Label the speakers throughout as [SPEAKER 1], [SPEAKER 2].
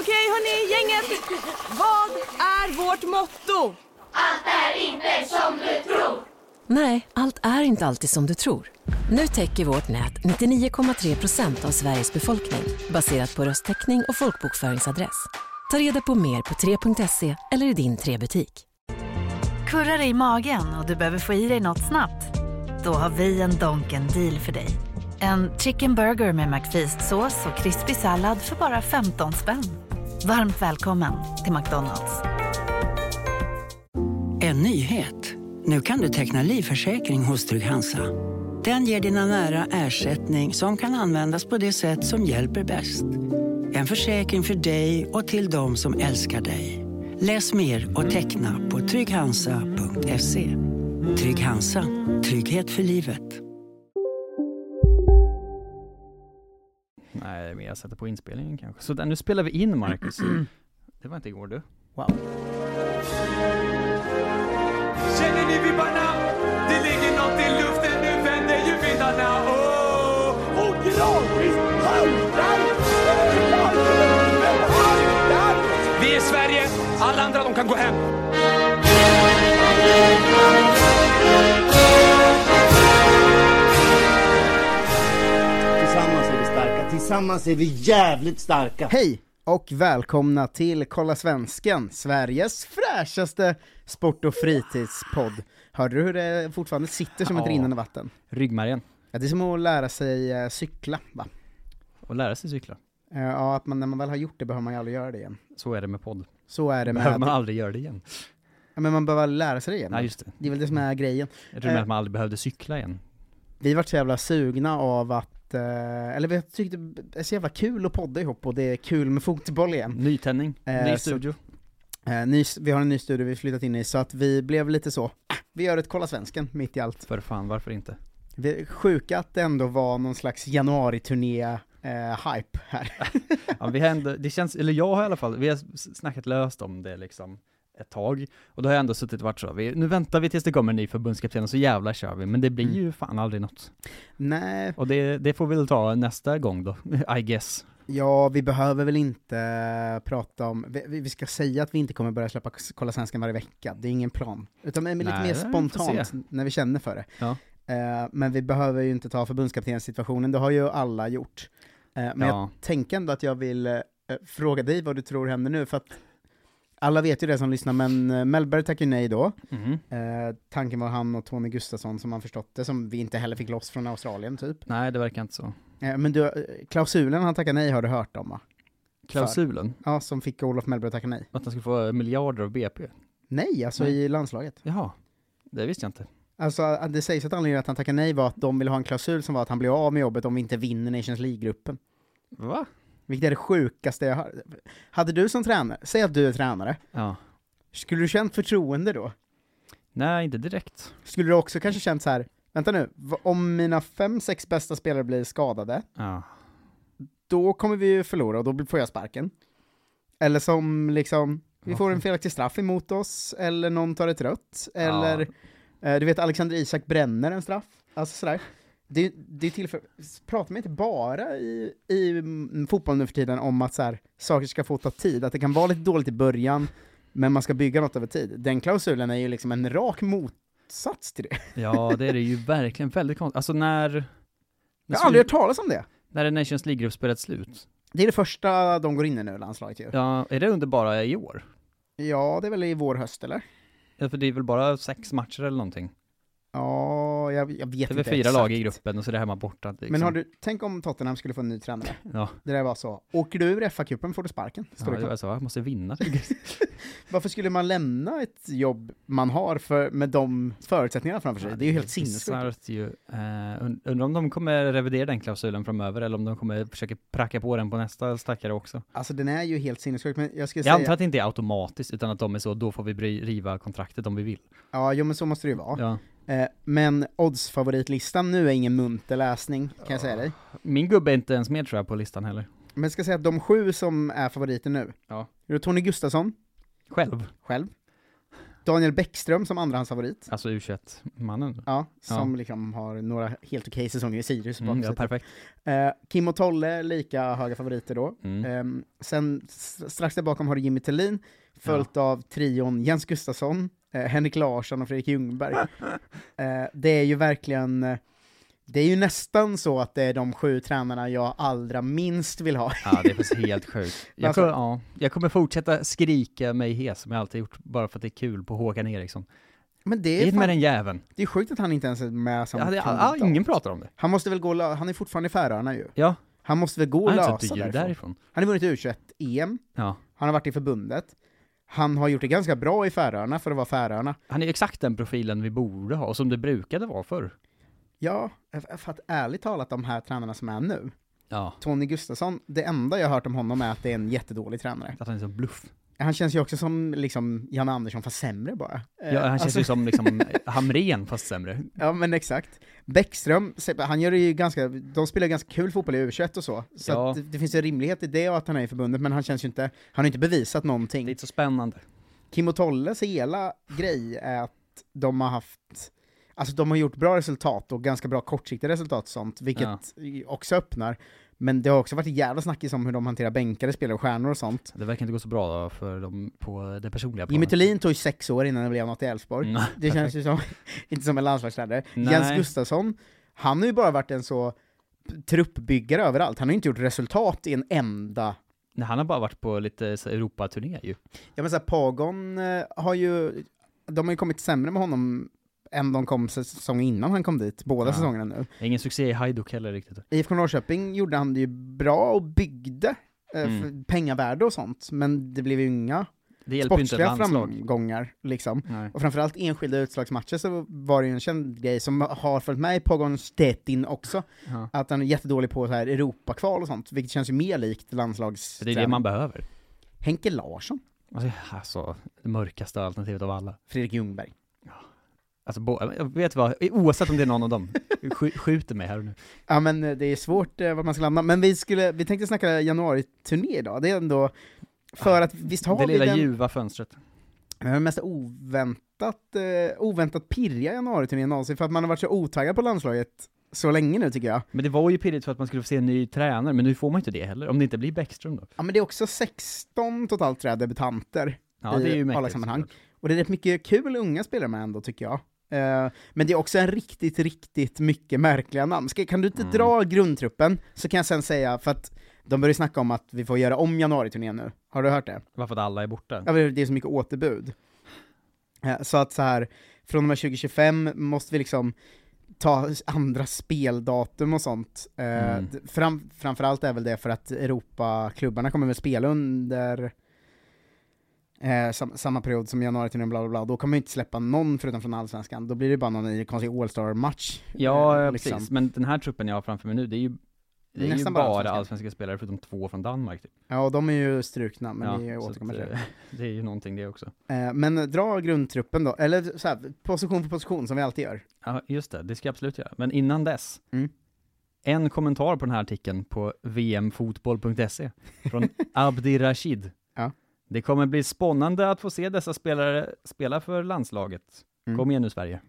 [SPEAKER 1] Okej, hörni, gänget. Vad är vårt motto?
[SPEAKER 2] Nej, allt är inte alltid som du tror. Nu täcker vårt nät 99,3 procent av Sveriges befolkning baserat på röstteckning och folkbokföringsadress. Ta reda på mer på 3.se eller i din 3-butik.
[SPEAKER 3] Kurrar i magen och du behöver få i dig något snabbt? Då har vi en Donken deal för dig. En chicken burger med McFeast-sås och krispig sallad för bara 15 spänn. Varmt välkommen till McDonalds.
[SPEAKER 4] En nyhet. Nu kan du teckna livförsäkring hos Trygg-Hansa. Den ger dina nära ersättning som kan användas på det sätt som hjälper bäst. En försäkring för dig och till de som älskar dig. Läs mer och teckna på trygghansa.se. Trygg-Hansa. Trygghet för livet.
[SPEAKER 5] Nej, men jag sätter på inspelningen kanske. Så där, nu spelar vi in Marcus. Det var inte igår du.
[SPEAKER 6] Wow.
[SPEAKER 7] Känner ni vibbarna? Det ligger något i luften, nu vänder ju vindarna Åh, och Granqvist haltar! Vi är Sverige, alla andra de kan gå hem.
[SPEAKER 6] Tillsammans är vi starka, tillsammans är vi jävligt starka!
[SPEAKER 8] Hej och välkomna till Kolla Svensken, Sveriges fräschaste sport och fritidspodd. Hörde du hur det fortfarande sitter som ett
[SPEAKER 5] Ja.
[SPEAKER 8] rinnande vatten?
[SPEAKER 5] Ryggmärgen.
[SPEAKER 8] Ja, det är som att lära sig eh, cykla, va?
[SPEAKER 5] Och lära sig cykla.
[SPEAKER 8] Eh, ja, att man, när man väl har gjort det behöver man ju aldrig göra det igen.
[SPEAKER 5] Så är det med podd.
[SPEAKER 8] Så är det
[SPEAKER 5] Behöver
[SPEAKER 8] med...
[SPEAKER 5] man aldrig göra det igen?
[SPEAKER 8] Ja, men man behöver aldrig lära sig det igen.
[SPEAKER 5] Nej, just det.
[SPEAKER 8] Det är väl det som är grejen.
[SPEAKER 5] Jag trodde
[SPEAKER 8] Eh.
[SPEAKER 5] att man aldrig behövde cykla igen.
[SPEAKER 8] Vi vart så jävla sugna av att, eh, eller vi tyckte det är så jävla kul att podda ihop och det är kul med fotboll igen.
[SPEAKER 5] Nytändning,
[SPEAKER 8] Eh,
[SPEAKER 5] ny
[SPEAKER 8] så-
[SPEAKER 5] studio.
[SPEAKER 8] Eh, ny, vi har en ny studio vi har flyttat in i, så att vi blev lite så, "Ah, vi gör ett Kolla Svensken mitt i allt.
[SPEAKER 5] För fan, varför inte?
[SPEAKER 8] Det är sjuka att det ändå var någon slags januari-turné-hype här.
[SPEAKER 5] Ja, vi har ändå, det känns, eller jag har i alla fall, vi har s- snackat löst om det liksom ett tag, och då har jag ändå suttit och varit så, vi, nu väntar vi tills det kommer en ny förbundskapten och så jävlar kör vi, men det
[SPEAKER 8] Mm.
[SPEAKER 5] blir ju fan aldrig något.
[SPEAKER 8] Nej,
[SPEAKER 5] Och det, det får vi väl ta nästa gång då, I guess.
[SPEAKER 8] ja vi behöver väl inte eh, prata om, vi- vi, vi ska säga att vi inte kommer börja släppa Kolla Svenskan varje vecka, det är ingen plan. Utan men lite
[SPEAKER 5] Nej,
[SPEAKER 8] mer
[SPEAKER 5] vi får
[SPEAKER 8] spontant,
[SPEAKER 5] se.
[SPEAKER 8] när vi känner för det.
[SPEAKER 5] Ja.
[SPEAKER 8] Eh, men vi behöver ju inte ta förbundskaptenssituationen, det har ju alla gjort. Eh, men
[SPEAKER 5] Ja.
[SPEAKER 8] jag tänker ändå att jag vill eh, fråga dig vad du tror händer nu, för att alla vet ju det som lyssnar, men eh, Mellberg tackar ju nej då.
[SPEAKER 5] Mhm.
[SPEAKER 8] Eh, tanken var han och Tony Gustafsson som man förstått det, som vi inte heller fick loss från Australien typ.
[SPEAKER 5] Nej, det verkar inte så.
[SPEAKER 8] Eh, men du, eh, klausulen han tackade nej har du hört om va?
[SPEAKER 5] Klausulen,
[SPEAKER 8] Ja, som fick Olof Mellberg att tacka nej.
[SPEAKER 5] att han skulle få miljarder av BP.
[SPEAKER 8] Nej, alltså
[SPEAKER 5] Nej.
[SPEAKER 8] i landslaget.
[SPEAKER 5] Jaha, det visste jag inte.
[SPEAKER 8] Alltså eh, det sägs att anledningen att han tackade nej var att de ville ha en klausul som var att han blir av med jobbet om vi inte vinner Nations League-gruppen.
[SPEAKER 5] Va?
[SPEAKER 8] Vilket är det sjukaste jag har. Hade du som tränare, säg att du är tränare,
[SPEAKER 5] Ja.
[SPEAKER 8] skulle du känt förtroende då?
[SPEAKER 5] Nej, inte direkt.
[SPEAKER 8] Skulle du också kanske känt så här, vänta nu, v- om mina fem, sex bästa spelare blir skadade,
[SPEAKER 5] Ja.
[SPEAKER 8] då kommer vi ju förlora och då får jag sparken. Eller som liksom, vi får en felaktig straff emot oss, eller någon tar ett rött, eller eh, du vet Alexander Isak bränner en straff. Alltså sådär. Det, det är till för, pratar man inte bara i, i mm, fotboll nu för tiden om att så här, saker ska få ta tid, att det kan vara lite dåligt i början, men man ska bygga något över tid. Den klausulen är ju liksom en rak motsats till det.
[SPEAKER 5] ja, det är det ju verkligen väldigt konstigt. Alltså när... när
[SPEAKER 8] Jag
[SPEAKER 5] Sol-
[SPEAKER 8] har aldrig hört talas om det.
[SPEAKER 5] När är Nations League-gruppspelet slut?
[SPEAKER 8] Det är det första de går in i nu, landslaget ju.
[SPEAKER 5] Ja, är det under bara i år?
[SPEAKER 8] Ja, det är väl i vår höst eller?
[SPEAKER 5] Ja, för det är väl bara sex matcher eller någonting?
[SPEAKER 8] Ja, jag, jag vet
[SPEAKER 5] Det är
[SPEAKER 8] inte
[SPEAKER 5] väl fyra
[SPEAKER 8] exakt.
[SPEAKER 5] lag i gruppen och så är det hemma borta. Liksom.
[SPEAKER 8] Men har du, tänk om Tottenham skulle få en ny tränare.
[SPEAKER 5] Ja,
[SPEAKER 8] Det där var så, åker du ur FA-cupen får du sparken.
[SPEAKER 5] ja
[SPEAKER 8] Står det
[SPEAKER 5] det
[SPEAKER 8] klart.
[SPEAKER 5] var så, jag måste vinna.
[SPEAKER 8] Varför skulle man lämna ett jobb man har för, med de förutsättningarna framför sig? det är ju helt sinnessjukt.
[SPEAKER 5] Bisarrt ju. Eh, und- Undrar om de kommer revidera den klausulen framöver eller om de kommer försöka pracka på den på nästa stackare också.
[SPEAKER 8] Alltså den är ju helt sinnessjuk, men jag skulle
[SPEAKER 5] Jag
[SPEAKER 8] säga,
[SPEAKER 5] antar att det inte är automatiskt utan att de är så, då får vi bry- riva kontraktet om vi vill.
[SPEAKER 8] ja jo men så måste det ju vara.
[SPEAKER 5] Ja.
[SPEAKER 8] Eh, men oddsfavoritlistan nu är ingen munter läsning, kan jag säga dig.
[SPEAKER 5] Min gubbe är inte ens med tror jag på listan heller.
[SPEAKER 8] Men jag ska säga att de sju som är favoriter nu,
[SPEAKER 5] Ja.
[SPEAKER 8] det är Tony Gustafsson,
[SPEAKER 5] Själv.
[SPEAKER 8] själv, Daniel Bäckström som andra hans favorit.
[SPEAKER 5] Alltså U21-mannen.
[SPEAKER 8] Ja, som liksom har några helt okej säsonger i Sirius bakom
[SPEAKER 5] Mm, ja,
[SPEAKER 8] sig.
[SPEAKER 5] perfekt.
[SPEAKER 8] Eh, Kim och Tolle, lika höga favoriter då.
[SPEAKER 5] Mm.
[SPEAKER 8] Ehm, sen s- strax där bakom har du Jimmy Tillin, följt av trion Jens Gustafsson, eh, Henrik Larsson och Fredrik Ljungberg. eh, det är ju verkligen, eh, det är ju nästan så att det är de sju tränarna jag allra minst vill ha.
[SPEAKER 5] Ja, det är faktiskt helt sjukt. Jag
[SPEAKER 8] Alltså-
[SPEAKER 5] kommer, ja, jag kommer fortsätta skrika mig hes, som jag alltid gjort, bara för att det är kul på Håkan Eriksson.
[SPEAKER 8] Men det är,
[SPEAKER 5] Hit med
[SPEAKER 8] fan,
[SPEAKER 5] den jäveln.
[SPEAKER 8] det är sjukt att han inte ens är med som
[SPEAKER 5] Jag hade, ja,
[SPEAKER 8] kandidat.
[SPEAKER 5] ingen pratar om det.
[SPEAKER 8] Han måste väl gå, och lö- han är fortfarande i Färöarna ju.
[SPEAKER 5] Ja,
[SPEAKER 8] Han måste väl gå och
[SPEAKER 5] han
[SPEAKER 8] lösa
[SPEAKER 5] är inte så dyr
[SPEAKER 8] därifrån.
[SPEAKER 5] däriför.
[SPEAKER 8] Han har vunnit E U21-EM,
[SPEAKER 5] Ja.
[SPEAKER 8] han har varit i förbundet, han har gjort det ganska bra i Färöarna för att vara Färöarna.
[SPEAKER 5] Han är ju exakt den profilen vi borde ha, och som det brukade vara förr.
[SPEAKER 8] Ja, för att ärligt talat, de här tränarna som är nu,
[SPEAKER 5] Ja.
[SPEAKER 8] Tony Gustafsson, det enda jag har hört om honom är att det är en jättedålig tränare.
[SPEAKER 5] Att han är så bluff.
[SPEAKER 8] Han känns ju också som liksom Janne Andersson, fast sämre bara. Eh,
[SPEAKER 5] Ja, han känns
[SPEAKER 8] alltså-
[SPEAKER 5] ju som liksom Hamrén fast sämre.
[SPEAKER 8] Ja men exakt. Bäckström, se- han gör det ju ganska, de spelar ju ganska kul fotboll i u och så, så
[SPEAKER 5] Ja.
[SPEAKER 8] att det, det finns en rimlighet i det och att han är i förbundet, men han känns ju inte, han har inte bevisat
[SPEAKER 5] Det
[SPEAKER 8] någonting.
[SPEAKER 5] är inte så spännande.
[SPEAKER 8] Kim och Tolles hela grej är att de har haft, alltså de har gjort bra resultat och ganska bra kortsiktiga resultat och sånt, vilket också öppnar. Men det har också varit jävla snackis om hur de hanterar bänkare, spelare och stjärnor och sånt.
[SPEAKER 5] Det verkar inte gå så bra för dem på det personliga
[SPEAKER 8] Jimmy
[SPEAKER 5] planet.
[SPEAKER 8] Thulin tog ju sex år innan det blev något i Elfsborg.
[SPEAKER 5] Mm,
[SPEAKER 8] det känns ju som, inte som en landslagslärare.
[SPEAKER 5] Nej.
[SPEAKER 8] Jens Gustafsson, han har ju bara varit en så truppbyggare överallt, han har ju inte gjort resultat i en enda
[SPEAKER 5] Nej, han har bara varit på lite så här Europaturné ju.
[SPEAKER 8] Ja men såhär, Pagon eh, har ju, de har ju kommit sämre med honom än de kom säsongen innan han kom dit, båda
[SPEAKER 5] Ja.
[SPEAKER 8] säsongerna nu.
[SPEAKER 5] Ingen succé i Hajduk heller riktigt.
[SPEAKER 8] IFK Norrköping gjorde han det ju bra och byggde eh,
[SPEAKER 5] Mm.
[SPEAKER 8] för pengavärde och sånt, men det blev ju inga
[SPEAKER 5] Det hjälper ju inte ett
[SPEAKER 8] sportsliga
[SPEAKER 5] landslag.
[SPEAKER 8] framgångar liksom.
[SPEAKER 5] Nej.
[SPEAKER 8] Och framförallt enskilda utslagsmatcher så var det ju en känd grej som har följt med i Pagon Stettin också,
[SPEAKER 5] Ja.
[SPEAKER 8] att han är jättedålig på så här Europakval och sånt, vilket känns ju mer likt landslags...
[SPEAKER 5] Det är det man behöver.
[SPEAKER 8] Henke Larsson,
[SPEAKER 5] Alltså, alltså, det mörkaste alternativet av alla.
[SPEAKER 8] Fredrik Ljungberg.
[SPEAKER 5] Alltså, bo, jag vet vad, oavsett om det är någon av dem, sk- skjuter mig här och nu.
[SPEAKER 8] Ja men eh, det är svårt eh, vart man ska landa, men vi, skulle, vi tänkte snacka januari-turné idag, det är ändå för att visst har
[SPEAKER 5] det
[SPEAKER 8] vi
[SPEAKER 5] lilla
[SPEAKER 8] den
[SPEAKER 5] ljuva fönstret.
[SPEAKER 8] eh, mest oväntat, eh, oväntat pirriga januari-turnén någonsin, för att man har varit så otaggad på landslaget så länge nu tycker jag.
[SPEAKER 5] Men det var ju pirrigt för att man skulle få se en ny tränare, men nu får man ju inte det heller. Om det inte blir Bäckström då.
[SPEAKER 8] Ja men det är också 16 totalt tror jag, debutanter,
[SPEAKER 5] Ja, det är
[SPEAKER 8] I
[SPEAKER 5] ju
[SPEAKER 8] alla
[SPEAKER 5] mäktigt.
[SPEAKER 8] sammanhang.
[SPEAKER 5] såklart.
[SPEAKER 8] och det är rätt mycket kul unga spelare med ändå tycker jag. Eh, Men det är också en riktigt, riktigt mycket märkliga namn. Ska, kan du
[SPEAKER 5] Mm.
[SPEAKER 8] inte dra grundtruppen, så kan jag sen säga, för att de börjar ju snacka om att vi får göra om januari-turnén nu. Har du hört det?
[SPEAKER 5] Varför att alla är borta?
[SPEAKER 8] Ja, men det är så mycket återbud. Eh, Så att så här, från och med 2025 måste vi liksom ta andra speldatum och sånt. Eh,
[SPEAKER 5] Mm.
[SPEAKER 8] d- Fram, framförallt är väl det för att Europaklubbarna kommer väl spela under eh, sam, samma period som januari till nu, bla bla bla. Då kommer vi inte släppa någon förutom från Allsvenskan. Då blir det bara någon i konstig All-Star-match.
[SPEAKER 5] Ja,
[SPEAKER 8] eh,
[SPEAKER 5] precis. Men den här truppen jag har framför mig nu, det är ju, det är ju
[SPEAKER 8] Nästan
[SPEAKER 5] bara
[SPEAKER 8] bara
[SPEAKER 5] allsvenska.
[SPEAKER 8] allsvenska.
[SPEAKER 5] spelare förutom två från Danmark. Typ.
[SPEAKER 8] Ja, och de är ju strukna, men
[SPEAKER 5] ja,
[SPEAKER 8] vi
[SPEAKER 5] så
[SPEAKER 8] återkommer
[SPEAKER 5] att,
[SPEAKER 8] till det.
[SPEAKER 5] eh, det är ju någonting det också.
[SPEAKER 8] Eh, Men dra grundtruppen då, eller så här, position för position som vi alltid gör.
[SPEAKER 5] Ja, just det. Det ska jag absolut göra. Men innan dess,
[SPEAKER 8] Mm.
[SPEAKER 5] en kommentar på den här artikeln på vmfotboll.se från Abdi Rashid.
[SPEAKER 8] Ja.
[SPEAKER 5] Det kommer bli spännande att få se dessa spelare spela för landslaget.
[SPEAKER 8] Mm.
[SPEAKER 5] Kom igen nu Sverige.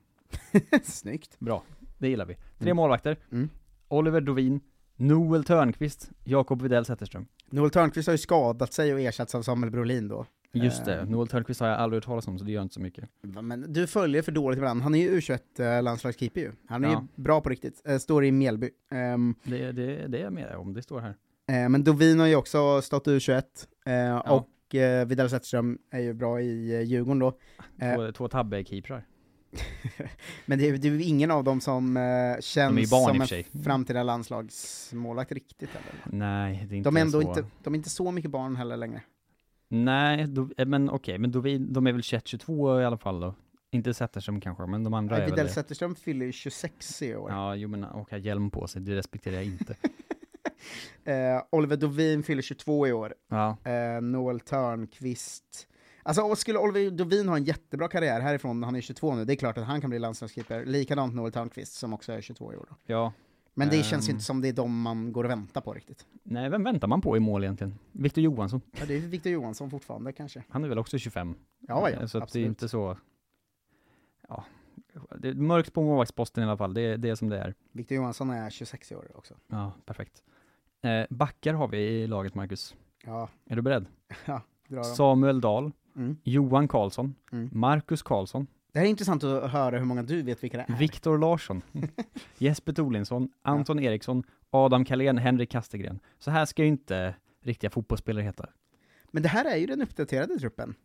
[SPEAKER 8] Snyggt.
[SPEAKER 5] Bra, det gillar vi. Tre
[SPEAKER 8] Mm.
[SPEAKER 5] målvakter.
[SPEAKER 8] Mm.
[SPEAKER 5] Oliver Dovin, Noel Törnqvist, Jakob Widell Zetterström.
[SPEAKER 8] Noel Törnqvist har ju skadat sig och ersatts av Samuel Brolin då.
[SPEAKER 5] Just det,
[SPEAKER 8] Eh.
[SPEAKER 5] Noel Törnqvist har jag aldrig hört talas om, så det gör inte så mycket.
[SPEAKER 8] Men du följer för dåligt varandra, han är ju U21-landslagskeeper ju. Han är
[SPEAKER 5] Ja.
[SPEAKER 8] ju bra på riktigt, Eh, står i Mjällby. Ehm,
[SPEAKER 5] Det, det, det är jag med om, det står här.
[SPEAKER 8] eh, Men Dovin har ju också stått U21, eh,
[SPEAKER 5] Ja.
[SPEAKER 8] och eh, Vidar Zetterström är ju bra i eh, Djurgården då. Eh.
[SPEAKER 5] Två, två tabbe-keeprar.
[SPEAKER 8] Men det är, det är ju ingen av dem som eh,
[SPEAKER 5] De är ju
[SPEAKER 8] känns
[SPEAKER 5] barn i och
[SPEAKER 8] som
[SPEAKER 5] för
[SPEAKER 8] en
[SPEAKER 5] sig.
[SPEAKER 8] framtida landslagsmålvakt riktigt. Eller?
[SPEAKER 5] Nej, det är inte
[SPEAKER 8] De, är ändå
[SPEAKER 5] så.
[SPEAKER 8] inte, de är inte så mycket barn heller längre.
[SPEAKER 5] Nej, då, eh, men okej, men då vi, de är väl 21-22 i alla fall då? Inte Zetterström kanske, men de andra är väl
[SPEAKER 8] Vidar
[SPEAKER 5] det.
[SPEAKER 8] Zetterström fyller ju 26 i år.
[SPEAKER 5] Ja, jo men och har hjälm på sig, det respekterar jag inte.
[SPEAKER 8] Eh, Oliver Dovin fyller 22 i år,
[SPEAKER 5] ja,
[SPEAKER 8] eh, Noel Törnqvist. Alltså och skulle Oliver Dovin ha en jättebra karriär härifrån, han är 22 nu, det är klart att han kan bli landslagskeeper. Likadant Noel Törnqvist som också är 22 i år. Då.
[SPEAKER 5] ja.
[SPEAKER 8] Men det
[SPEAKER 5] Ehm.
[SPEAKER 8] känns ju inte som det är de man går och väntar på riktigt.
[SPEAKER 5] Nej, vem väntar man på i mål egentligen? Viktor Johansson,
[SPEAKER 8] Ja, det är Victor Johansson fortfarande kanske.
[SPEAKER 5] han är väl också 25?
[SPEAKER 8] Ja,
[SPEAKER 5] Så
[SPEAKER 8] ja,
[SPEAKER 5] att Alltså, det är
[SPEAKER 8] absolut.
[SPEAKER 5] inte så, Det är mörkt på målvaktsposten i alla fall, det är, det är som det är.
[SPEAKER 8] Victor Johansson är 26 år också.
[SPEAKER 5] Ja, perfekt. Eh, backar har vi i laget, Marcus.
[SPEAKER 8] Ja,
[SPEAKER 5] Är du beredd?
[SPEAKER 8] dra dem.
[SPEAKER 5] Samuel Dahl,
[SPEAKER 8] Mm.
[SPEAKER 5] Johan Karlsson,
[SPEAKER 8] Mm.
[SPEAKER 5] Marcus Karlsson,
[SPEAKER 8] Det här är intressant att höra hur många du vet vilka det är.
[SPEAKER 5] Viktor Larsson, Jesper Tolinsson, Anton Eriksson, Adam Kalén, Henrik Kastegren. Så här ska ju inte riktiga fotbollsspelare heta.
[SPEAKER 8] Men det här är ju den uppdaterade truppen.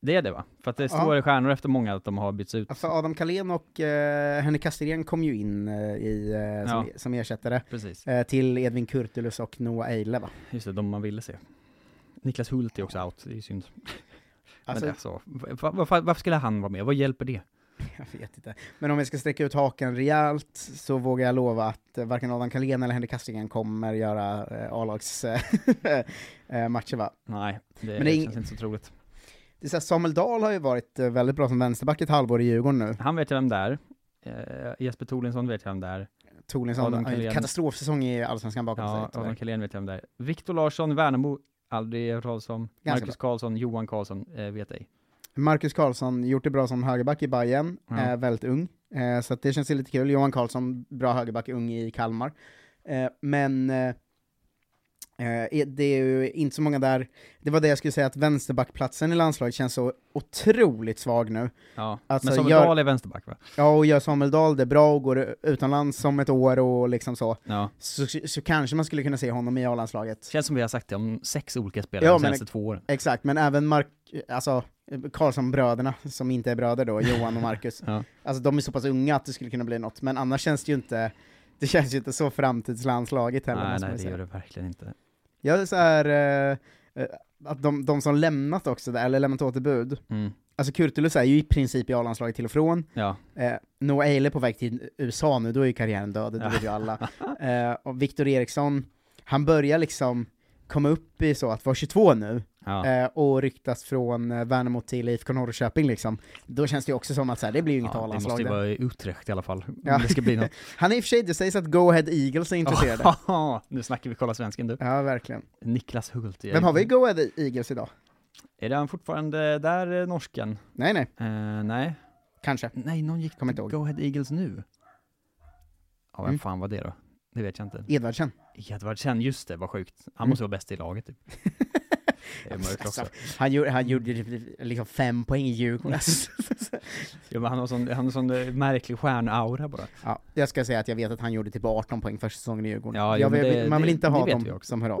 [SPEAKER 5] Det är det va? För att det
[SPEAKER 8] Ja.
[SPEAKER 5] står i stjärnor efter många att de har bytts ut.
[SPEAKER 8] Alltså Adam Kalén och eh, Henrik Kastegren kom ju in eh, i, eh, som, som ersättare
[SPEAKER 5] Precis,
[SPEAKER 8] eh, till Edvin Kurtulus och Noah Eile va?
[SPEAKER 5] just det, de man ville se. Niklas Hult är också out, det är ju synd.
[SPEAKER 8] Alltså,
[SPEAKER 5] Men alltså, va- varför, varför skulle han vara med? Vad hjälper det?
[SPEAKER 8] jag vet inte. Men om jag ska sträcka ut hakan rejält så vågar jag lova att eh, varken Adam Kalén eller Henrik Kastegren kommer göra eh, A-lags eh, eh, matcher va?
[SPEAKER 5] Nej, det,
[SPEAKER 8] Men det är ing-
[SPEAKER 5] känns inte så troligt.
[SPEAKER 8] Det är så här, Samuel Dahl har ju varit eh, väldigt bra som vänsterback ett halvår i Djurgården nu.
[SPEAKER 5] Han vet jag vem det är. Eh, Jesper Tolinsson vet jag vem det är.
[SPEAKER 8] Tolinsson
[SPEAKER 5] Adam
[SPEAKER 8] har ju en
[SPEAKER 5] Kalén.
[SPEAKER 8] katastrofsäsong i Allsvenskan bakom
[SPEAKER 5] Ja,
[SPEAKER 8] sig.
[SPEAKER 5] Adam
[SPEAKER 8] tyvärr.
[SPEAKER 5] Kalén vet jag vem det är. Viktor Larsson, Värnamo, aldrig hört talas om.
[SPEAKER 8] Ganska
[SPEAKER 5] Marcus Karlsson, Johan Karlsson, eh, vet ej.
[SPEAKER 8] Marcus Karlsson, gjort det bra som högerback i Bayern,
[SPEAKER 5] Ja.
[SPEAKER 8] eh, väldigt ung. Eh, så att det känns ju lite kul. Johan Karlsson, bra högerback, ung i Kalmar. Eh, men eh, eh, det är ju inte så många där. Det var det jag skulle säga, att vänsterbackplatsen i landslaget känns så otroligt svag nu.
[SPEAKER 5] Ja.
[SPEAKER 8] Alltså,
[SPEAKER 5] Men Samuel
[SPEAKER 8] gör-
[SPEAKER 5] Dahl är vänsterback va?
[SPEAKER 8] Ja, och gör Samuel Dahl det bra och går utomlands om ett år och liksom så,
[SPEAKER 5] Ja.
[SPEAKER 8] så, så kanske man skulle kunna se honom i A-landslaget.
[SPEAKER 5] Känns som vi har sagt det om sex olika spelare
[SPEAKER 8] Ja,
[SPEAKER 5] de
[SPEAKER 8] men-
[SPEAKER 5] senaste två åren.
[SPEAKER 8] Exakt, men även Mark, alltså Karlsson-bröderna, som inte är bröder då, Johan och Marcus,
[SPEAKER 5] Ja.
[SPEAKER 8] alltså de är så pass unga att det skulle kunna bli något, men annars känns det ju inte, det känns ju inte så framtidslandslaget heller,
[SPEAKER 5] Nej,
[SPEAKER 8] måste
[SPEAKER 5] nej
[SPEAKER 8] man
[SPEAKER 5] det
[SPEAKER 8] säga.
[SPEAKER 5] gör det verkligen inte.
[SPEAKER 8] Jag är så här, eh, eh, att de, de som lämnat också, där, eller lämnat återbud,
[SPEAKER 5] Mm.
[SPEAKER 8] alltså Kurtulus är ju i princip i A-landslaget till och från,
[SPEAKER 5] Ja,
[SPEAKER 8] eh, Noah Eile på väg till USA nu, då är ju karriären död, det
[SPEAKER 5] Ja.
[SPEAKER 8] vet ju alla. Eh, och Viktor Eriksson, han börjar liksom komma upp i så att vara 22 nu,
[SPEAKER 5] ja.
[SPEAKER 8] eh, och ryktas från eh, Värnamo till IFK Norrköping liksom, då känns det ju också som att så här, det blir ju inget
[SPEAKER 5] ja det måste
[SPEAKER 8] A-landslag
[SPEAKER 5] ju
[SPEAKER 8] där.
[SPEAKER 5] vara i Utrecht i alla fall. om
[SPEAKER 8] Ja.
[SPEAKER 5] Det ska bli något.
[SPEAKER 8] Han är i och för sig, det sägs att Go Ahead Eagles är intresserade.
[SPEAKER 5] nu snackar vi kolla svensken du.
[SPEAKER 8] ja, verkligen.
[SPEAKER 5] Niklas Hult.
[SPEAKER 8] Vem har vi i Go Ahead Eagles idag?
[SPEAKER 5] Är han fortfarande där, eh, norsken?
[SPEAKER 8] Nej, nej,
[SPEAKER 5] Eh, nej.
[SPEAKER 8] kanske.
[SPEAKER 5] Nej, någon gick
[SPEAKER 8] Kommer
[SPEAKER 5] Kommer
[SPEAKER 8] inte ihåg.
[SPEAKER 5] Go Ahead Eagles nu. Ja, vem
[SPEAKER 8] Mm.
[SPEAKER 5] fan var det då? Det vet jag inte.
[SPEAKER 8] Edvardsen.
[SPEAKER 5] Edvardsen, just det, vad sjukt. Han
[SPEAKER 8] Mm.
[SPEAKER 5] måste vara bäst i laget typ. Det är mörkt också.
[SPEAKER 8] Alltså, Han, gjorde, han gjorde liksom fem poäng i Djurgården.
[SPEAKER 5] Ja, men han har sån, han har sån eh, märklig stjärnaura bara.
[SPEAKER 8] ja, jag ska säga att jag vet att han gjorde typ 18 poäng första säsongen i Djurgården.
[SPEAKER 5] Ja, jo,
[SPEAKER 8] jag
[SPEAKER 5] men
[SPEAKER 8] vill,
[SPEAKER 5] det-
[SPEAKER 8] man vill
[SPEAKER 5] det-
[SPEAKER 8] inte
[SPEAKER 5] det
[SPEAKER 8] ha
[SPEAKER 5] vet vi
[SPEAKER 8] dem
[SPEAKER 5] också.
[SPEAKER 8] som hör av.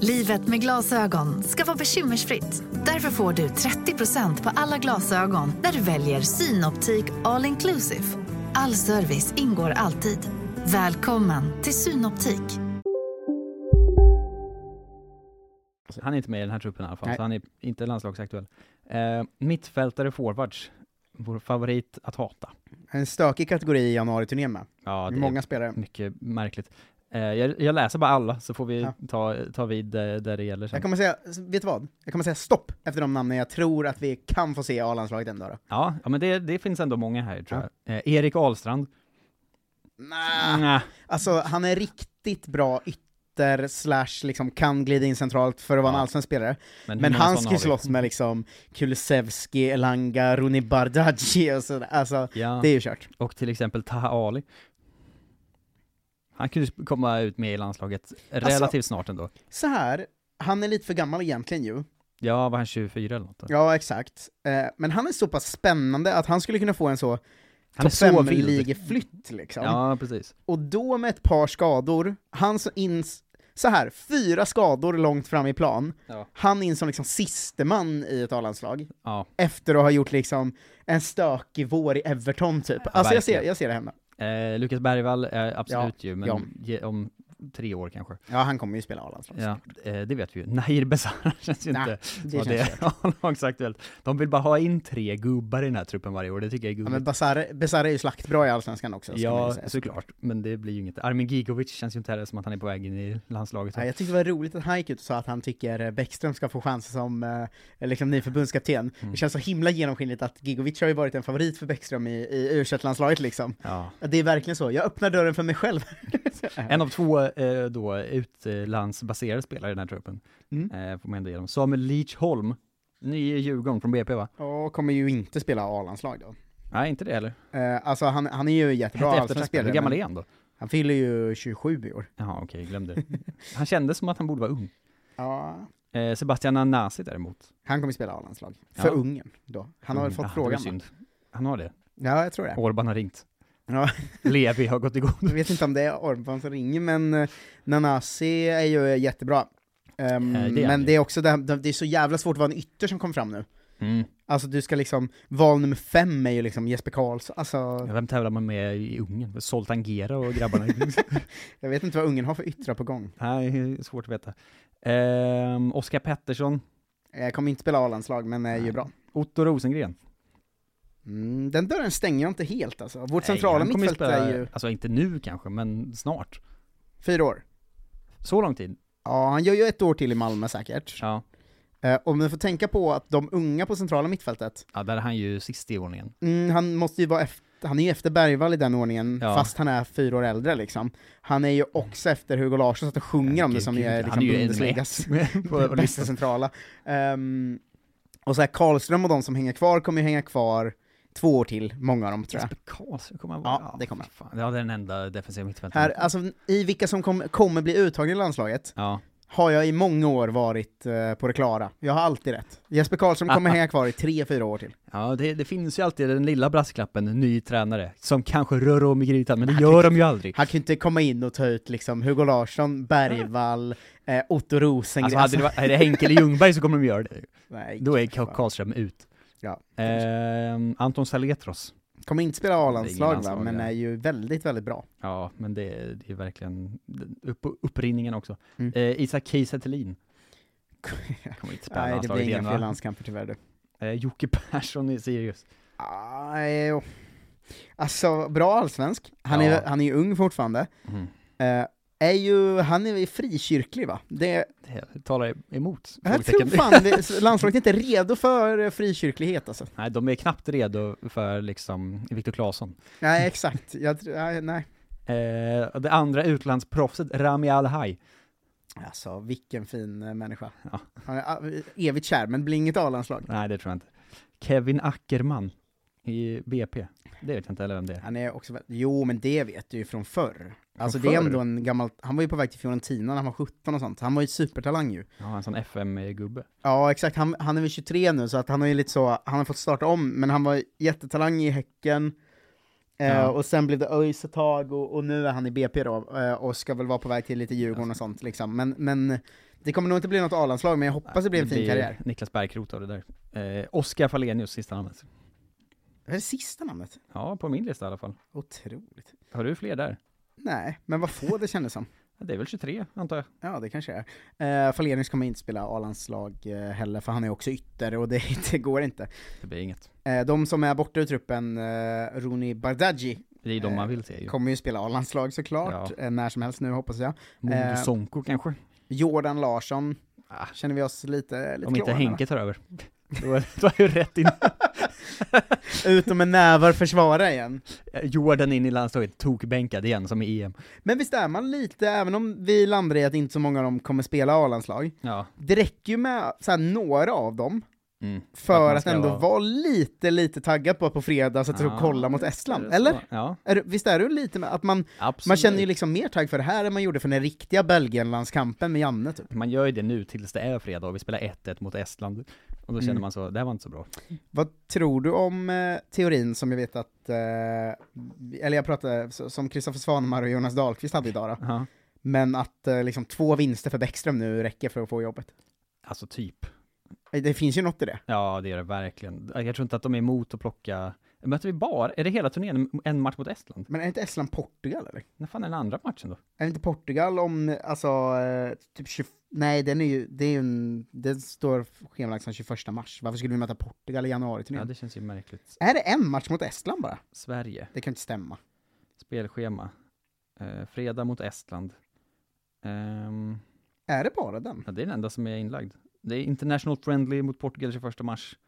[SPEAKER 3] Livet med glasögon ska vara bekymmersfritt. Därför får du 30% på alla glasögon när du väljer Synoptik All Inclusive. All service ingår alltid. Välkommen till Synoptik.
[SPEAKER 5] Han är inte med i den här truppen i alla fall,
[SPEAKER 8] Nej.
[SPEAKER 5] så han är inte landslagsaktuell. Eh, mittfältare forwards, vår favorit att hata.
[SPEAKER 8] En stökig kategori i januariturnén med.
[SPEAKER 5] Ja, det Mm. är
[SPEAKER 8] Många spelare.
[SPEAKER 5] mycket märkligt. Eh, jag, jag läser bara alla, så får vi
[SPEAKER 8] Ja.
[SPEAKER 5] ta, ta vid eh, där det gäller sen.
[SPEAKER 8] Jag kommer säga, vet du vad? Jag kommer säga stopp efter de namnen jag tror att vi kan få se i A-landslaget en dag då.
[SPEAKER 5] Ja, ja men det, det finns ändå många här tror jag. Eh, Erik Ahlstrand.
[SPEAKER 8] Nah.
[SPEAKER 5] Nja,
[SPEAKER 8] Alltså, han är riktigt bra ytter, slash liksom kan glida in centralt för att vara en
[SPEAKER 5] Ja.
[SPEAKER 8] allsvensk spelare.
[SPEAKER 5] hur
[SPEAKER 8] Men
[SPEAKER 5] många
[SPEAKER 8] han
[SPEAKER 5] såna
[SPEAKER 8] ska
[SPEAKER 5] har
[SPEAKER 8] ju
[SPEAKER 5] vi?
[SPEAKER 8] slåss med liksom Kulusevski, Elanga, Roni Bardghji och sådär. Alltså,
[SPEAKER 5] Ja,
[SPEAKER 8] det är ju kört.
[SPEAKER 5] och till exempel Taha Ali. Han kunde sp- komma ut med i landslaget
[SPEAKER 8] Alltså-
[SPEAKER 5] relativt snart ändå.
[SPEAKER 8] Så här, han är lite för gammal egentligen ju.
[SPEAKER 5] Ja, var han 24 eller något? då?
[SPEAKER 8] Ja, exakt. Eh, men han är så pass spännande att han skulle kunna få en så
[SPEAKER 5] han är
[SPEAKER 8] topp
[SPEAKER 5] så vild.
[SPEAKER 8] 5-ligeflytt liksom.
[SPEAKER 5] Ja, precis.
[SPEAKER 8] Och då med ett par skador, han så ins... Så här, fyra skador långt fram i plan.
[SPEAKER 5] Ja.
[SPEAKER 8] Han in som liksom siste man i ett A-landslag.
[SPEAKER 5] Ja.
[SPEAKER 8] efter att ha gjort liksom en stökig vår i Everton typ. Alltså jag ser,
[SPEAKER 5] verkligen.
[SPEAKER 8] jag ser det hända.
[SPEAKER 5] Eh, Lukas Bergvall, eh, absolut ju, men
[SPEAKER 8] ja.
[SPEAKER 5] ge, om tre år kanske.
[SPEAKER 8] Ja, han kommer ju spela A-landslag.
[SPEAKER 5] Ja, eh, det vet vi ju. Nahir Besara känns ju
[SPEAKER 8] Nej,
[SPEAKER 5] inte
[SPEAKER 8] det
[SPEAKER 5] som att
[SPEAKER 8] känns
[SPEAKER 5] det är A-lagsaktuellt. De vill bara ha in tre gubbar i den här truppen varje år, det tycker jag är
[SPEAKER 8] Ja,
[SPEAKER 5] gulligt.
[SPEAKER 8] men Besara Besara är ju slaktbra i Allsvenskan också. ska man ju
[SPEAKER 5] Ja,
[SPEAKER 8] säga.
[SPEAKER 5] såklart. Men det blir ju inget. Armin Gigovic känns ju inte heller som att han är på väg in i landslaget.
[SPEAKER 8] Ja, jag tyckte det var roligt att han gick ut och sa att han tycker eh, Bäckström ska få chansen som eh, liksom ny förbundskapten.
[SPEAKER 5] Mm.
[SPEAKER 8] Det känns så himla genomskinligt att Gigovic har ju varit en favorit för Bäckström i, i u landslaget liksom.
[SPEAKER 5] Ja.
[SPEAKER 8] Det är verkligen så, jag öppnar dörren för mig själv.
[SPEAKER 5] En av två eh, då, utlandsbaserade spelare i den här truppen,
[SPEAKER 8] Mm.
[SPEAKER 5] eh, får man ändå ge dem. Samuel Leach Holm, ny i Djurgården från BP va?
[SPEAKER 8] Och kommer ju inte spela A-landslag då.
[SPEAKER 5] Nej, inte det heller.
[SPEAKER 8] Eh, alltså han, han är ju jättebra
[SPEAKER 5] Hette eftertraktad.
[SPEAKER 8] allsvensk
[SPEAKER 5] Hur gammal
[SPEAKER 8] men
[SPEAKER 5] är han då?
[SPEAKER 8] Han fyller ju 27 i år.
[SPEAKER 5] Jaha, okej, glömde det. Han kändes som att han borde vara ung.
[SPEAKER 8] Ja.
[SPEAKER 5] Eh, Sebastian Anasi däremot.
[SPEAKER 8] Han kommer spela A-landslag. För
[SPEAKER 5] Ja.
[SPEAKER 8] Ungern då. Han har väl
[SPEAKER 5] Mm,
[SPEAKER 8] fått
[SPEAKER 5] ah, det var
[SPEAKER 8] frågan? va?
[SPEAKER 5] synd. Han har det.
[SPEAKER 8] Ja, jag tror det.
[SPEAKER 5] Orban har ringt.
[SPEAKER 8] Ja.
[SPEAKER 5] Levi har gått igång.
[SPEAKER 8] Jag vet inte om det är Orban som ringer, men eh, Nanasi är ju eh, jättebra. Ehm,
[SPEAKER 5] Eh, det är han
[SPEAKER 8] men
[SPEAKER 5] ju.
[SPEAKER 8] det är också det, här- det är så jävla svårt att vara en ytter som kom fram nu.
[SPEAKER 5] Mm.
[SPEAKER 8] Alltså du ska liksom, val nummer fem är ju liksom Jesper Karlsson, alltså
[SPEAKER 5] Vem tävlar man med i Ungern? Zoltan Gera och grabbarna?
[SPEAKER 8] jag vet inte vad ungen har för yttrar på gång.
[SPEAKER 5] Nej, det är svårt att veta. Ehm, Oskar Pettersson,
[SPEAKER 8] Eh, Jag kommer inte spela A-landslag, men är ju
[SPEAKER 5] Nej.
[SPEAKER 8] bra.
[SPEAKER 5] Otto Rosengren.
[SPEAKER 8] Mm, den dörren stänger jag inte helt alltså. Vårt centrala
[SPEAKER 5] han kommer
[SPEAKER 8] mittfält är ju
[SPEAKER 5] Alltså inte nu kanske, men snart.
[SPEAKER 8] fyra år.
[SPEAKER 5] Så lång tid?
[SPEAKER 8] Ja, han gör ju ett år till i Malmö säkert.
[SPEAKER 5] Ja.
[SPEAKER 8] Eh, och man får tänka på att de unga på centrala mittfältet,
[SPEAKER 5] ja, där är han ju sist i ordningen.
[SPEAKER 8] Mm, han måste ju vara efter, han är ju efter Bergvall i den ordningen,
[SPEAKER 5] Ja.
[SPEAKER 8] fast han är fyra år äldre liksom. Han är ju också efter Hugo Larsson, så att de sjunger om det som
[SPEAKER 5] Gud, han
[SPEAKER 8] är liksom
[SPEAKER 5] ju en Liksom.
[SPEAKER 8] Bundesligas
[SPEAKER 5] med på
[SPEAKER 8] bästa
[SPEAKER 5] listan.
[SPEAKER 8] centrala. Ehm, och så här Karlström och de som hänger kvar kommer ju hänga kvar två år till, många av dem tror jag.
[SPEAKER 5] Jesper Karlsson kommer han vara?
[SPEAKER 8] Ja, det kommer han.
[SPEAKER 5] Fan. Ja, det är den enda defensiva mittfältaren.
[SPEAKER 8] Här, alltså, I vilka som kom, kommer bli uttagna i landslaget
[SPEAKER 5] Ja.
[SPEAKER 8] har jag i många år varit eh, på det klara. Jag har alltid rätt. Jesper Karlström
[SPEAKER 5] Ah.
[SPEAKER 8] kommer hänga kvar i tre, fyra år till.
[SPEAKER 5] Ja, det, det finns ju alltid den lilla brasklappen, ny tränare, som kanske rör om i grytan, men det gör de ju aldrig.
[SPEAKER 8] Han kan ju inte komma in och ta ut liksom Hugo Larsson, Bergvall, eh, Otto Rosengren.
[SPEAKER 5] Alltså, hade det, varit- är det Henke eller Ljungberg så kommer de göra det.
[SPEAKER 8] nej,
[SPEAKER 5] Då är
[SPEAKER 8] fan.
[SPEAKER 5] Ka- Karlström ut.
[SPEAKER 8] Ja.
[SPEAKER 5] Ehm, Anton Saletros.
[SPEAKER 8] Kommer inte spela
[SPEAKER 5] Det är
[SPEAKER 8] A-landslag
[SPEAKER 5] ingen
[SPEAKER 8] va,
[SPEAKER 5] landslag,
[SPEAKER 8] men
[SPEAKER 5] ja.
[SPEAKER 8] är ju väldigt, väldigt bra.
[SPEAKER 5] Ja, men det, är- det är verkligen upp, upprinningen också.
[SPEAKER 8] Mm.
[SPEAKER 5] Eh, Isak Kiese Thelin. Kommer inte spela
[SPEAKER 8] nej, det blir
[SPEAKER 5] landslaget
[SPEAKER 8] inga
[SPEAKER 5] igen
[SPEAKER 8] fler
[SPEAKER 5] va?
[SPEAKER 8] landskamper tyvärr du.
[SPEAKER 5] Eh, Jocke Persson i Sirius.
[SPEAKER 8] Aj, och- Alltså, bra allsvensk. Han,
[SPEAKER 5] Ja.
[SPEAKER 8] är, han är ju ung fortfarande.
[SPEAKER 5] Mm.
[SPEAKER 8] Eh, är ju, han är ju frikyrklig va? Det,
[SPEAKER 5] Det talar emot.
[SPEAKER 8] jag tror
[SPEAKER 5] Frågetecken.
[SPEAKER 8] fan det, landslaget är inte redo för eh, frikyrklighet alltså.
[SPEAKER 5] Nej, de är knappt redo för liksom Viktor Claesson.
[SPEAKER 8] Nej, exakt. Jag, tr- nej, nej.
[SPEAKER 5] Eh, och det andra utlandsproffset, Rami Al-Haj.
[SPEAKER 8] Alltså, vilken fin eh, människa.
[SPEAKER 5] Ja.
[SPEAKER 8] Han är eh, evigt kär, men blir inget A-landslag.
[SPEAKER 5] Nej, det tror jag inte. Kevin Ackerman i BP. Det vet jag inte heller vem det är.
[SPEAKER 8] Han är också väldigt, jo men det vet du ju från förr. Alltså
[SPEAKER 5] Från
[SPEAKER 8] det är
[SPEAKER 5] förr?
[SPEAKER 8] ändå en gammal, han var ju på väg till Fiorentina när han var 17 och sånt, han var ju supertalang ju.
[SPEAKER 5] Ja, en sån FM-gubbe.
[SPEAKER 8] Ja exakt, han, han är väl 23 nu så att han har ju lite så, han har fått starta om, men han var jättetalang i Häcken, eh,
[SPEAKER 5] Ja.
[SPEAKER 8] och sen blev det ÖIS ett tag, och, och nu är han i BP då, eh, och ska väl vara på väg till lite Djurgården och sånt liksom. Men, men det kommer nog inte bli något A-landslag, men jag hoppas det blir en fin karriär.
[SPEAKER 5] Niklas Bärkroth av det där. Eh, Oskar Falenius, sista namnet.
[SPEAKER 8] Det är det sista namnet.
[SPEAKER 5] Ja, på min lista i alla fall.
[SPEAKER 8] Otroligt.
[SPEAKER 5] Har du fler där?
[SPEAKER 8] Nej, men vad få det kändes som.
[SPEAKER 5] Ja, Det är väl 23, antar jag.
[SPEAKER 8] Ja, det kanske är. Eh, Falenius kommer inte spela A-landslag eh, heller, för han är också ytter och det, det går inte.
[SPEAKER 5] Det blir inget.
[SPEAKER 8] Eh, de som är borta ur truppen, eh, Rooney Bardghji,
[SPEAKER 5] Det är de
[SPEAKER 8] Eh,
[SPEAKER 5] man vill se ju.
[SPEAKER 8] kommer ju spela A-landslag såklart, eh, när som helst nu hoppas jag.
[SPEAKER 5] Modo
[SPEAKER 8] eh,
[SPEAKER 5] Sonko kanske?
[SPEAKER 8] Jordan Larsson,
[SPEAKER 5] Ah.
[SPEAKER 8] känner vi oss lite, lite
[SPEAKER 5] Om inte
[SPEAKER 8] klara med,
[SPEAKER 5] Henke tar över. Då är, då är ju rätt in.
[SPEAKER 8] va? Ut och med nävar försvara igen.
[SPEAKER 5] Eh, Jordan in i landslaget, tokbänkad igen som i E EM.
[SPEAKER 8] Men visst är man lite, även om vi landar i att inte så många av dem kommer spela A-landslag,
[SPEAKER 5] Ja.
[SPEAKER 8] det räcker ju med så här, några av dem
[SPEAKER 5] Mm.
[SPEAKER 8] för
[SPEAKER 5] man
[SPEAKER 8] att
[SPEAKER 5] ska
[SPEAKER 8] ändå vara... lite, lite taggad på att på fredag sätta sig och
[SPEAKER 5] Ja,
[SPEAKER 8] kolla mot
[SPEAKER 5] Så-
[SPEAKER 8] Estland, eller?
[SPEAKER 5] Ja,
[SPEAKER 8] Är, du- visst är du lite med, att man,
[SPEAKER 5] absolut.
[SPEAKER 8] man känner ju liksom mer tagg för det här än man gjorde för den riktiga Belgienlandskampen med Janne typ.
[SPEAKER 5] Man gör ju det nu tills det är fredag och vi spelar 1-1 mot Estland. Och då känner
[SPEAKER 8] Mm.
[SPEAKER 5] man så, det här var inte så bra.
[SPEAKER 8] Vad tror du om eh, teorin som jag vet att, eh, eller jag pratade, s- som Kristoffer Svanemar och Jonas Dahlqvist hade idag då,
[SPEAKER 5] Ja.
[SPEAKER 8] men att eh, liksom två vinster för Bäckström nu räcker för att få jobbet.
[SPEAKER 5] Alltså typ.
[SPEAKER 8] Eh, Det finns ju något i det.
[SPEAKER 5] Ja, det är det verkligen. Jag tror inte att de är emot att plocka Möter vi bara, är det hela turnén en match mot Estland?
[SPEAKER 8] Men är inte Estland Portugal eller?
[SPEAKER 5] När fan är den andra matchen då?
[SPEAKER 8] Är inte Portugal om, alltså, eh, typ 20, nej den är ju, det är ju en, den står schemalagt som 21 mars. Varför skulle vi möta Portugal i januari
[SPEAKER 5] Ja,
[SPEAKER 8] turnén?
[SPEAKER 5] det känns ju märkligt.
[SPEAKER 8] Är det en match mot Estland bara?
[SPEAKER 5] Sverige,
[SPEAKER 8] Det kan inte stämma.
[SPEAKER 5] spelschema. Eh, fredag mot Estland. Ehm,
[SPEAKER 8] Är det bara den?
[SPEAKER 5] ja, det är den enda som är inlagd. Det är International Friendly mot Portugal 21 mars.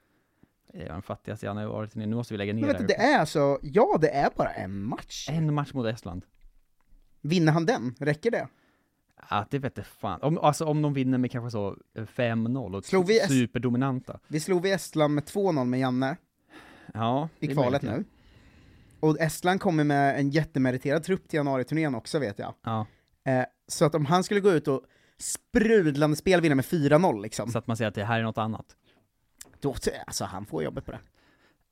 [SPEAKER 5] Det är den fattigaste januari Nu måste vi lägga ner
[SPEAKER 8] Men
[SPEAKER 5] det
[SPEAKER 8] vänta,
[SPEAKER 5] här.
[SPEAKER 8] det är alltså, ja det är bara en match.
[SPEAKER 5] En match mot Estland.
[SPEAKER 8] Vinner han den? Räcker det?
[SPEAKER 5] Ja, det vete fan. Om, alltså om de vinner med kanske så eh, 5-0 och
[SPEAKER 8] Slog vi Est-
[SPEAKER 5] superdominanta.
[SPEAKER 8] Vi slog vi Estland med 2-0 med Janne
[SPEAKER 5] Ja,
[SPEAKER 8] i
[SPEAKER 5] det är
[SPEAKER 8] kvalet
[SPEAKER 5] möjligt, ja.
[SPEAKER 8] nu. Och Estland kommer med en jättemeriterad trupp till januariturnén också vet jag.
[SPEAKER 5] Ja,
[SPEAKER 8] Eh, så att om han skulle gå ut och sprudlande spel vinna med 4-0 liksom,
[SPEAKER 5] så att man säger att det här är något annat.
[SPEAKER 8] då, alltså han får jobbet på det.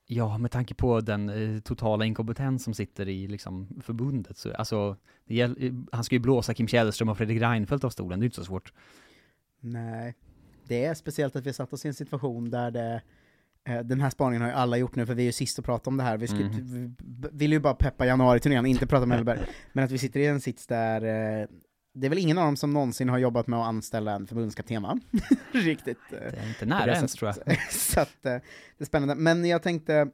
[SPEAKER 5] Ja, med tanke på den eh, totala inkompetens som sitter i liksom, förbundet. Så, alltså, det gäll, eh, han ska ju blåsa Kim Källström och Fredrik Reinfeldt av stolen, det är ju inte så svårt.
[SPEAKER 8] Nej, det är speciellt att vi har satt oss i en situation där det, eh, den här spaningen har ju alla gjort nu, för vi är ju sist och prata om det här. Vi, skulle, vi b- vill ju bara peppa januariturnén, inte prata om Mellberg. Men att vi sitter i en sits där, eh, det är väl ingen av dem som någonsin har jobbat med att anställa en förbundskapten va? Riktigt. eh,
[SPEAKER 5] Det är inte
[SPEAKER 8] på
[SPEAKER 5] nära
[SPEAKER 8] det
[SPEAKER 5] ens tror
[SPEAKER 8] sättet.
[SPEAKER 5] jag.
[SPEAKER 8] Så att, eh, det är spännande. Men jag tänkte,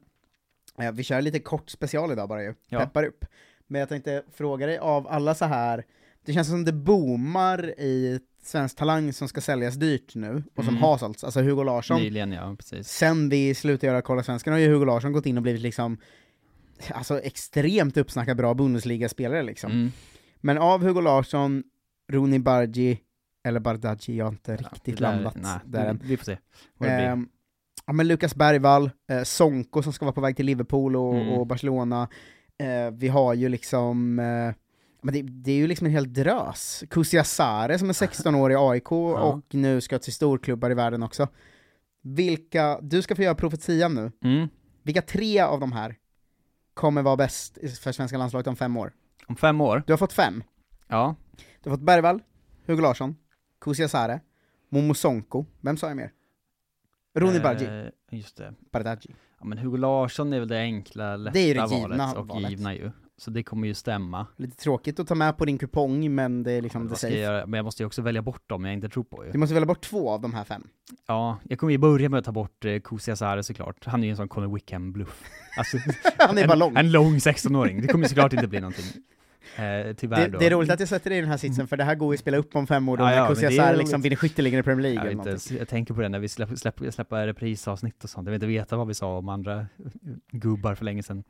[SPEAKER 8] eh, vi kör lite kort special idag bara ju,
[SPEAKER 5] Ja.
[SPEAKER 8] peppar upp. Men jag tänkte fråga dig, av alla så här, det känns som det boomar i Svensk Talang som ska säljas dyrt nu, och som
[SPEAKER 5] Mm.
[SPEAKER 8] har sålts, alltså Hugo Larsson.
[SPEAKER 5] Nyligen ja, precis.
[SPEAKER 8] Sen vi slutade göra Kolla Svenskan har ju Hugo Larsson gått in och blivit liksom, alltså extremt uppsnackad bra Bundesliga-spelare liksom.
[SPEAKER 5] Mm.
[SPEAKER 8] Men av Hugo Larsson, Roni Bargi, eller Bardghji, jag har inte riktigt
[SPEAKER 5] det där-
[SPEAKER 8] landat
[SPEAKER 5] nej,
[SPEAKER 8] där än.
[SPEAKER 5] vi, vi får se vad det blir.
[SPEAKER 8] Ehm, ja, men Lukas Bergvall, eh, Sonko som ska vara på väg till Liverpool och,
[SPEAKER 5] Mm.
[SPEAKER 8] och Barcelona. Eh, vi har ju liksom, eh, men det, det är ju liksom en hel drös. Kusiasare som är 16 år i AIK och nu ska till storklubbar i världen också. Vilka, du ska få göra profetian nu,
[SPEAKER 5] Mm.
[SPEAKER 8] vilka tre av de här kommer vara bäst i- för svenska landslaget om fem år?
[SPEAKER 5] Om fem år,
[SPEAKER 8] Du har fått fem.
[SPEAKER 5] ja.
[SPEAKER 8] Du har fått Bergvall, Hugo Larsson, Kusiasare, Momo Sonko, vem sa jag mer? Roni Bargi,
[SPEAKER 5] Eh, Just det.
[SPEAKER 8] Bardghji.
[SPEAKER 5] Ja, men Hugo Larsson är väl det enkla, lätta
[SPEAKER 8] Det är ju det givna
[SPEAKER 5] valet och
[SPEAKER 8] valet.
[SPEAKER 5] givna ju. Så det kommer ju stämma.
[SPEAKER 8] Lite tråkigt att ta med på din kupong, men det är liksom det
[SPEAKER 5] Vad ska jag
[SPEAKER 8] safe.
[SPEAKER 5] göra? Men jag måste ju också välja bort dem jag inte tror på ju.
[SPEAKER 8] Du måste välja bort två av de här fem.
[SPEAKER 5] Ja, jag kommer ju börja med att ta bort eh, Kusiasare såklart. Han är ju en sån Conor Wickham-bluff. Alltså,
[SPEAKER 8] Han är bara lång.
[SPEAKER 5] en, en lång 16-åring. Det kommer såklart inte bli någonting. Eh, tyvärr
[SPEAKER 8] Det,
[SPEAKER 5] då.
[SPEAKER 8] det är roligt att jag sätter dig i den här sitsen, för det här går ju att spela upp om fem år, då
[SPEAKER 5] Mm. Ja, ja,
[SPEAKER 8] när
[SPEAKER 5] men
[SPEAKER 8] Kusia
[SPEAKER 5] det är
[SPEAKER 8] Sär
[SPEAKER 5] roligt.
[SPEAKER 8] liksom vinner skytteligan i Premier
[SPEAKER 5] jag, vet
[SPEAKER 8] League eller
[SPEAKER 5] inte,
[SPEAKER 8] någonting.
[SPEAKER 5] ens- jag tänker på det när vi släpper, släpper, släpper reprisavsnitt och sånt. Jag vill inte veta vad vi sa om andra eh, gubbar för länge sedan.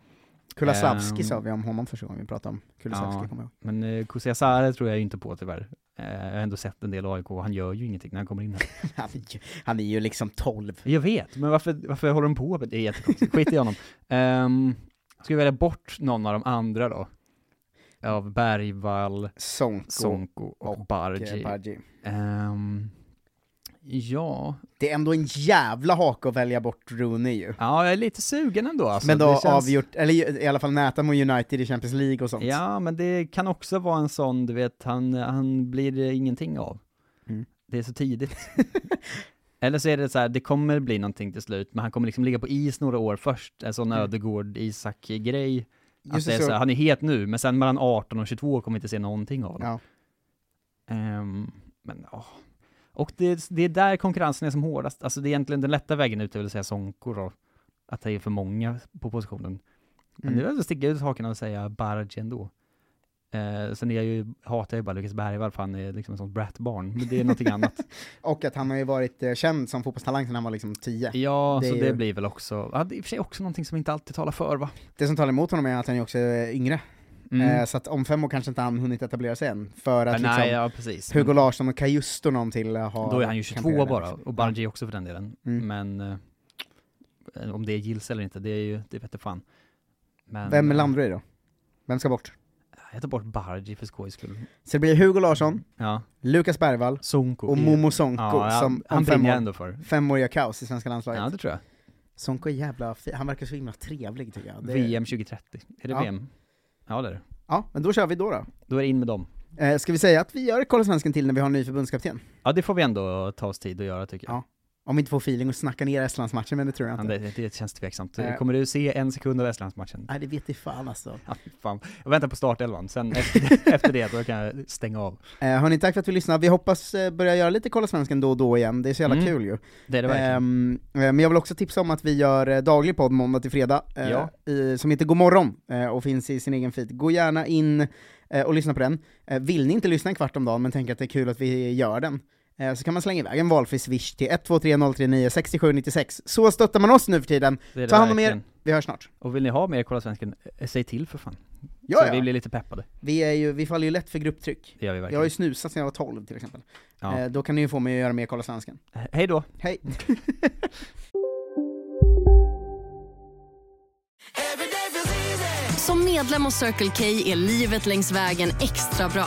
[SPEAKER 8] Kulasavski
[SPEAKER 5] Ehm.
[SPEAKER 8] sa vi om honom första gången vi pratade om Kulasavski,
[SPEAKER 5] Ja.
[SPEAKER 8] kommer jag ihåg.
[SPEAKER 5] Men eh, Kusiasare tror jag ju inte på tyvärr. Eh, jag har ändå sett en del AIK och han gör ju ingenting när han kommer in här.
[SPEAKER 8] Han är ju, han är ju liksom 12.
[SPEAKER 5] Jag vet, men varför, varför håller de på med det? Det är jättekonstigt. Skit i honom. Um, ska vi välja bort någon av de andra då? Av Bergvall,
[SPEAKER 8] Sonko,
[SPEAKER 5] Sonko och,
[SPEAKER 8] och,
[SPEAKER 5] Bargi.
[SPEAKER 8] eh, Bargi.
[SPEAKER 5] Ehm, ja.
[SPEAKER 8] Det är ändå en jävla hake att välja bort Rooney ju.
[SPEAKER 5] ja, jag är lite sugen ändå alltså.
[SPEAKER 8] men då
[SPEAKER 5] Det känns-
[SPEAKER 8] avgjort, eller ju- i alla fall näta mot United i Champions League och sånt.
[SPEAKER 5] Ja, men det kan också vara en sån, du vet, han, han blir det ingenting av.
[SPEAKER 8] Mm.
[SPEAKER 5] Det är så tidigt. Eller så är det så här, det kommer bli någonting till slut, men han kommer liksom ligga på is några år först, en
[SPEAKER 8] Mm.
[SPEAKER 5] sån ödegård Isak-grej. Att
[SPEAKER 8] Just
[SPEAKER 5] alltså, det är
[SPEAKER 8] så.
[SPEAKER 5] så här, han är het nu, men sen mellan 18 och 22 kommer vi inte se någonting av honom.
[SPEAKER 8] Ja.
[SPEAKER 5] Ehm, men ja. Och det, det är där konkurrensen är som hårdast. Alltså det är egentligen den lätta vägen ut, det vill säga Sonko då. Att det är för många på positionen. Men
[SPEAKER 8] Mm.
[SPEAKER 5] nu vill jag sticka ut hakan och säga Bargi ändå. Eh, sen är jag ju, hatar jag ju bara Lukas Bergvall för han är liksom ett sånt bratbarn. Men det är någonting annat.
[SPEAKER 8] Och att han har ju varit eh, känd som fotbollstalang sedan han var liksom 10.
[SPEAKER 5] Ja,
[SPEAKER 8] Det
[SPEAKER 5] så
[SPEAKER 8] är
[SPEAKER 5] det
[SPEAKER 8] ju-
[SPEAKER 5] blir väl också, ja, det är i och för sig också någonting som inte alltid talar för va?
[SPEAKER 8] Det som talar emot honom är att han ju också är yngre.
[SPEAKER 5] Mm.
[SPEAKER 8] Eh, så att om fem år kanske inte han hunnit etablera sig än. För att
[SPEAKER 5] Men
[SPEAKER 8] liksom,
[SPEAKER 5] nej, ja precis.
[SPEAKER 8] Hugo
[SPEAKER 5] Men
[SPEAKER 8] Larsson och Kajusto någon till eh, har...
[SPEAKER 5] Då är han ju 22
[SPEAKER 8] kamperat
[SPEAKER 5] bara,
[SPEAKER 8] där.
[SPEAKER 5] och Bargi också för den delen.
[SPEAKER 8] Mm.
[SPEAKER 5] Men eh, om det gills eller inte, det är ju, det vete fan. Men,
[SPEAKER 8] Vem
[SPEAKER 5] eh,
[SPEAKER 8] landar du i då? Vem ska bort?
[SPEAKER 5] Jag tar bort Bargi för skojs skull.
[SPEAKER 8] Så det blir Hugo Larsson,
[SPEAKER 5] Ja,
[SPEAKER 8] Lukas Bergvall
[SPEAKER 5] Sonko.
[SPEAKER 8] och Momo Sonko
[SPEAKER 5] ja, ja,
[SPEAKER 8] som
[SPEAKER 5] Han
[SPEAKER 8] om fem
[SPEAKER 5] brinner jag
[SPEAKER 8] år,
[SPEAKER 5] ändå för.
[SPEAKER 8] fem år gör kaos i svenska landslaget.
[SPEAKER 5] Ja, det tror jag.
[SPEAKER 8] Sonko är jävla fi- han verkar så himla trevlig tycker jag. Det-
[SPEAKER 5] VM 2030. Är det
[SPEAKER 8] Ja.
[SPEAKER 5] VM? Ja, det är det.
[SPEAKER 8] Ja, men då kör vi då då.
[SPEAKER 5] Då är det in med dem.
[SPEAKER 8] Eh, ska vi säga att vi gör Kolla Svensken till när vi har en ny förbundskapten?
[SPEAKER 5] Ja, det får vi ändå ta oss tid att göra tycker jag.
[SPEAKER 8] Ja. Om vi inte får feeling och snacka ner Estlandsmatchen, men det tror jag
[SPEAKER 5] Ja,
[SPEAKER 8] inte.
[SPEAKER 5] det, det känns tveksamt.
[SPEAKER 8] Eh.
[SPEAKER 5] Kommer du se en sekund av Estlandsmatchen?
[SPEAKER 8] Nej, det vet i fan alltså.
[SPEAKER 5] Ja, fy fan. Jag väntar på startelvan, sen efter, efter det då kan jag stänga av.
[SPEAKER 8] Eh, hörni, tack för att vi lyssnade. Vi hoppas eh, börja göra lite Kolla Svensken då och då igen, det är så jävla
[SPEAKER 5] Mm.
[SPEAKER 8] kul ju.
[SPEAKER 5] Det är det verkligen.
[SPEAKER 8] Ehm, eh, men jag vill också tipsa om att vi gör eh, daglig podd måndag till fredag, eh,
[SPEAKER 5] Ja.
[SPEAKER 8] i, som heter Godmorgon, eh, och finns i sin egen feed. Gå gärna in eh, och lyssna på den. Eh, vill ni inte lyssna en kvart om dagen men tänker att det är kul att vi gör den, eh, så kan man slänga iväg en valfri swish till 123039 6796. Så stöttar man oss nu för tiden.
[SPEAKER 5] Det är det
[SPEAKER 8] Ta hand om er,
[SPEAKER 5] verkligen.
[SPEAKER 8] vi hörs snart.
[SPEAKER 5] Och vill ni ha mer Kolla Svensken, eh, säg till för fan.
[SPEAKER 8] Ja,
[SPEAKER 5] så
[SPEAKER 8] ja.
[SPEAKER 5] vi blir lite peppade.
[SPEAKER 8] Vi, är ju, vi faller ju lätt för grupptryck.
[SPEAKER 5] Det gör vi
[SPEAKER 8] Jag har ju
[SPEAKER 5] verkligen.
[SPEAKER 8] snusat sedan jag var 12 till exempel.
[SPEAKER 5] Ja.
[SPEAKER 8] Eh, då kan ni ju få mig att göra mer Kolla Svensken.
[SPEAKER 5] Hej då!
[SPEAKER 8] Hej!
[SPEAKER 9] Som medlem hos Circle K är livet längs vägen extra bra.